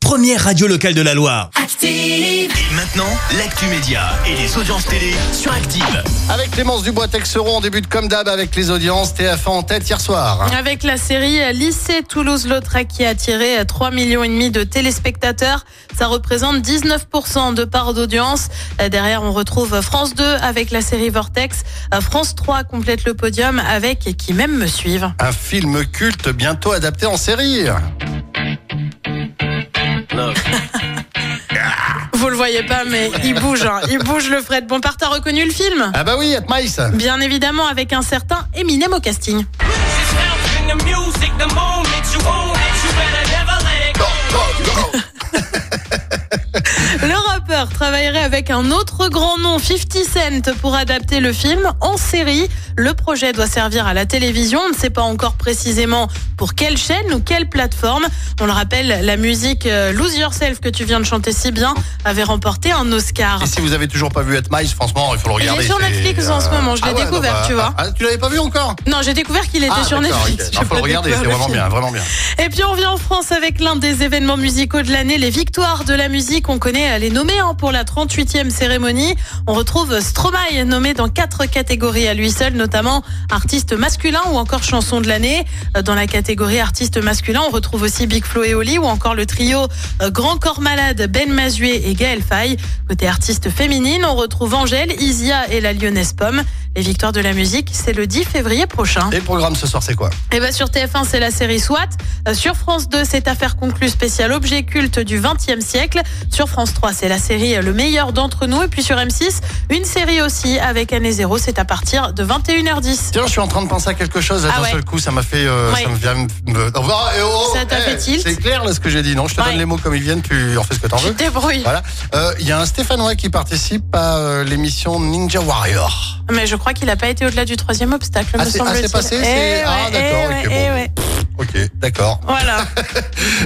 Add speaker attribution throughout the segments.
Speaker 1: première radio locale de la Loire.
Speaker 2: Active,
Speaker 1: Et maintenant, l'actu média et les audiences télé sur Active.
Speaker 3: Avec Clémence Dubois-Texeron, on débute comme d'hab avec les audiences TF1 en tête hier soir.
Speaker 4: Avec la série Lycée Toulouse-Lautrec qui a attiré 3,5 millions et demi de téléspectateurs, ça représente 19% de part d'audience. Euh, Derrière, on retrouve France 2 avec la série Vortex. Euh, France 3 complète le podium avec et qui même me suivent.
Speaker 3: Un film culte bientôt adapté en série.
Speaker 4: Vous le voyez pas, mais il bouge, hein. il bouge le Fred Bompard. T'as reconnu le film
Speaker 3: Ah bah oui, Atmaïs.
Speaker 4: Bien évidemment, avec un certain Eminem au casting.
Speaker 5: Just helping the music the moment you own it. You better never let it go.
Speaker 4: Le rappeur travaillerait avec un autre grand nom, 50 Cent, pour adapter le film en série. Le projet doit servir à la télévision. On ne sait pas encore précisément pour quelle chaîne ou quelle plateforme. On le rappelle, la musique euh, Lose Yourself que tu viens de chanter si bien avait remporté un Oscar.
Speaker 3: Et si vous avez toujours pas vu Atmaïs, franchement, il faut le
Speaker 4: Il
Speaker 3: regarder.
Speaker 4: est sur
Speaker 3: c'est-
Speaker 4: Netflix en ce moment, je l'ai
Speaker 3: Ah ouais,
Speaker 4: découvert,
Speaker 3: non, bah,
Speaker 4: tu vois.
Speaker 3: Ah, tu l'avais pas vu encore
Speaker 4: Non, j'ai découvert qu'il était
Speaker 3: Ah,
Speaker 4: sur
Speaker 3: d'accord,
Speaker 4: Netflix.
Speaker 3: ok.
Speaker 4: J'ai
Speaker 3: Non, faut
Speaker 4: pas
Speaker 3: le regarder,
Speaker 4: découvert
Speaker 3: c'est
Speaker 4: le
Speaker 3: vraiment
Speaker 4: film.
Speaker 3: bien, vraiment bien.
Speaker 4: Et puis on vient en France avec l'un des événements musicaux de l'année, les victoires de la musique. On connaît euh, les nommés hein, pour la 38e cérémonie. On retrouve Stromae nommé dans quatre catégories à lui seul, notamment artiste masculin ou encore chanson de l'année. Euh, Dans la catégorie artiste masculin, on retrouve aussi Big Flo et Oli ou encore le trio euh, Grand Corps Malade, Ben Mazué et Gaël Faye. Côté artiste féminine, on retrouve Angèle, Isia et la Lyonnaise Pomme. Les victoires de la musique, c'est le 10 février prochain.
Speaker 3: Et le programme ce soir, c'est quoi
Speaker 4: Et ben sur TF1, c'est la série SWAT. Euh, Sur France 2, c'est Affaire conclue spéciale objet culte du 20e siècle. Sur France 3, c'est la série euh, Le meilleur d'entre nous. Et puis sur M6, une série aussi avec Année Zéro. C'est à partir de 21h10.
Speaker 3: Tiens, je suis en train de penser à quelque chose. D'un
Speaker 4: Ah ouais.
Speaker 3: seul coup, ça m'a fait. euh,
Speaker 4: Ouais.
Speaker 3: Ça me vient. me- Oh, bah, eh, oh,
Speaker 4: Ça t'a
Speaker 3: eh,
Speaker 4: fait tilt
Speaker 3: C'est clair là ce que j'ai dit, non Je te
Speaker 4: Ouais.
Speaker 3: donne les mots comme ils viennent, tu en fais ce que t'en
Speaker 4: Tu
Speaker 3: veux.
Speaker 4: te débrouilles.
Speaker 3: Voilà. Euh, Il y a un Stéphanois qui participe à euh, l'émission Ninja Warrior.
Speaker 4: Mais je crois qu'il n'a pas été au-delà du troisième obstacle,
Speaker 3: Ah,
Speaker 4: me
Speaker 3: c'est- ah,
Speaker 4: semble-t-il.
Speaker 3: c'est passé,
Speaker 4: Eh
Speaker 3: c'est- ah,
Speaker 4: ouais, eh
Speaker 3: d'accord,
Speaker 4: ouais,
Speaker 3: ok, bon.
Speaker 4: eh ouais.
Speaker 3: Ok, d'accord.
Speaker 4: Voilà.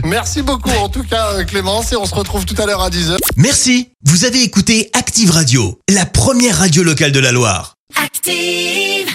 Speaker 3: Merci beaucoup en tout cas euh, Clémence et on se retrouve tout à l'heure à 10h.
Speaker 1: Merci, vous avez écouté Active Radio, la première radio locale de la Loire.
Speaker 2: active.